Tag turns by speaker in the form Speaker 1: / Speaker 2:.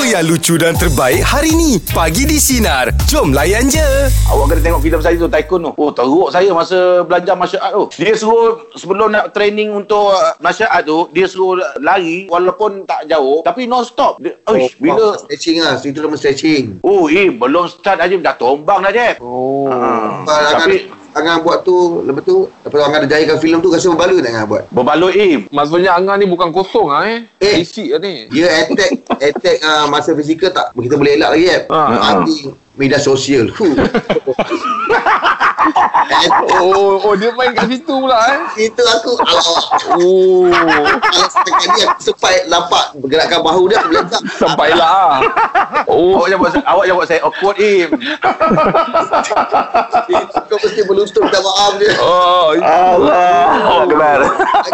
Speaker 1: yang lucu dan terbaik hari ni. Pagi di Sinar. Jom layan je.
Speaker 2: Awak kena tengok filem saya tu Tycoon tu. Oh teruk saya masa belajar martial art tu. Dia suruh sebelum nak training untuk uh, martial art tu, dia suruh lari walaupun tak jauh tapi non stop. Dia, oh, bila
Speaker 3: Stretching lah Situ lama stretching
Speaker 2: Oh, eh, belum start Najib dah tombang Najib.
Speaker 3: Oh
Speaker 2: Ah,
Speaker 3: Tapi
Speaker 2: tapi-
Speaker 3: Angan buat tu Lepas tu Lepas tu Angan dah jayakan filem tu Rasa berbaloi tak Angan buat
Speaker 2: Berbaloi im.
Speaker 4: Maksudnya Angah ni bukan kosong lah eh.
Speaker 3: Eh.
Speaker 4: eh. Isi lah ni.
Speaker 3: Dia attack Attack uh, masa fizikal tak Kita boleh elak lagi kan
Speaker 4: Ah,
Speaker 2: ah.
Speaker 3: Mati Media sosial Huh. Attack
Speaker 4: Oh, oh dia main kat situ pula eh.
Speaker 3: Itu aku Alah
Speaker 4: Oh,
Speaker 3: Kalau setakat ni Aku sempat nampak Pergerakan bahu dia Aku meletak
Speaker 4: sampai lah.
Speaker 2: Awak jangan buat awak jangan buat saya awkward eh. im.
Speaker 3: Kau mesti berlustut Minta maaf dia
Speaker 4: Oh,
Speaker 2: Allah. Akbar.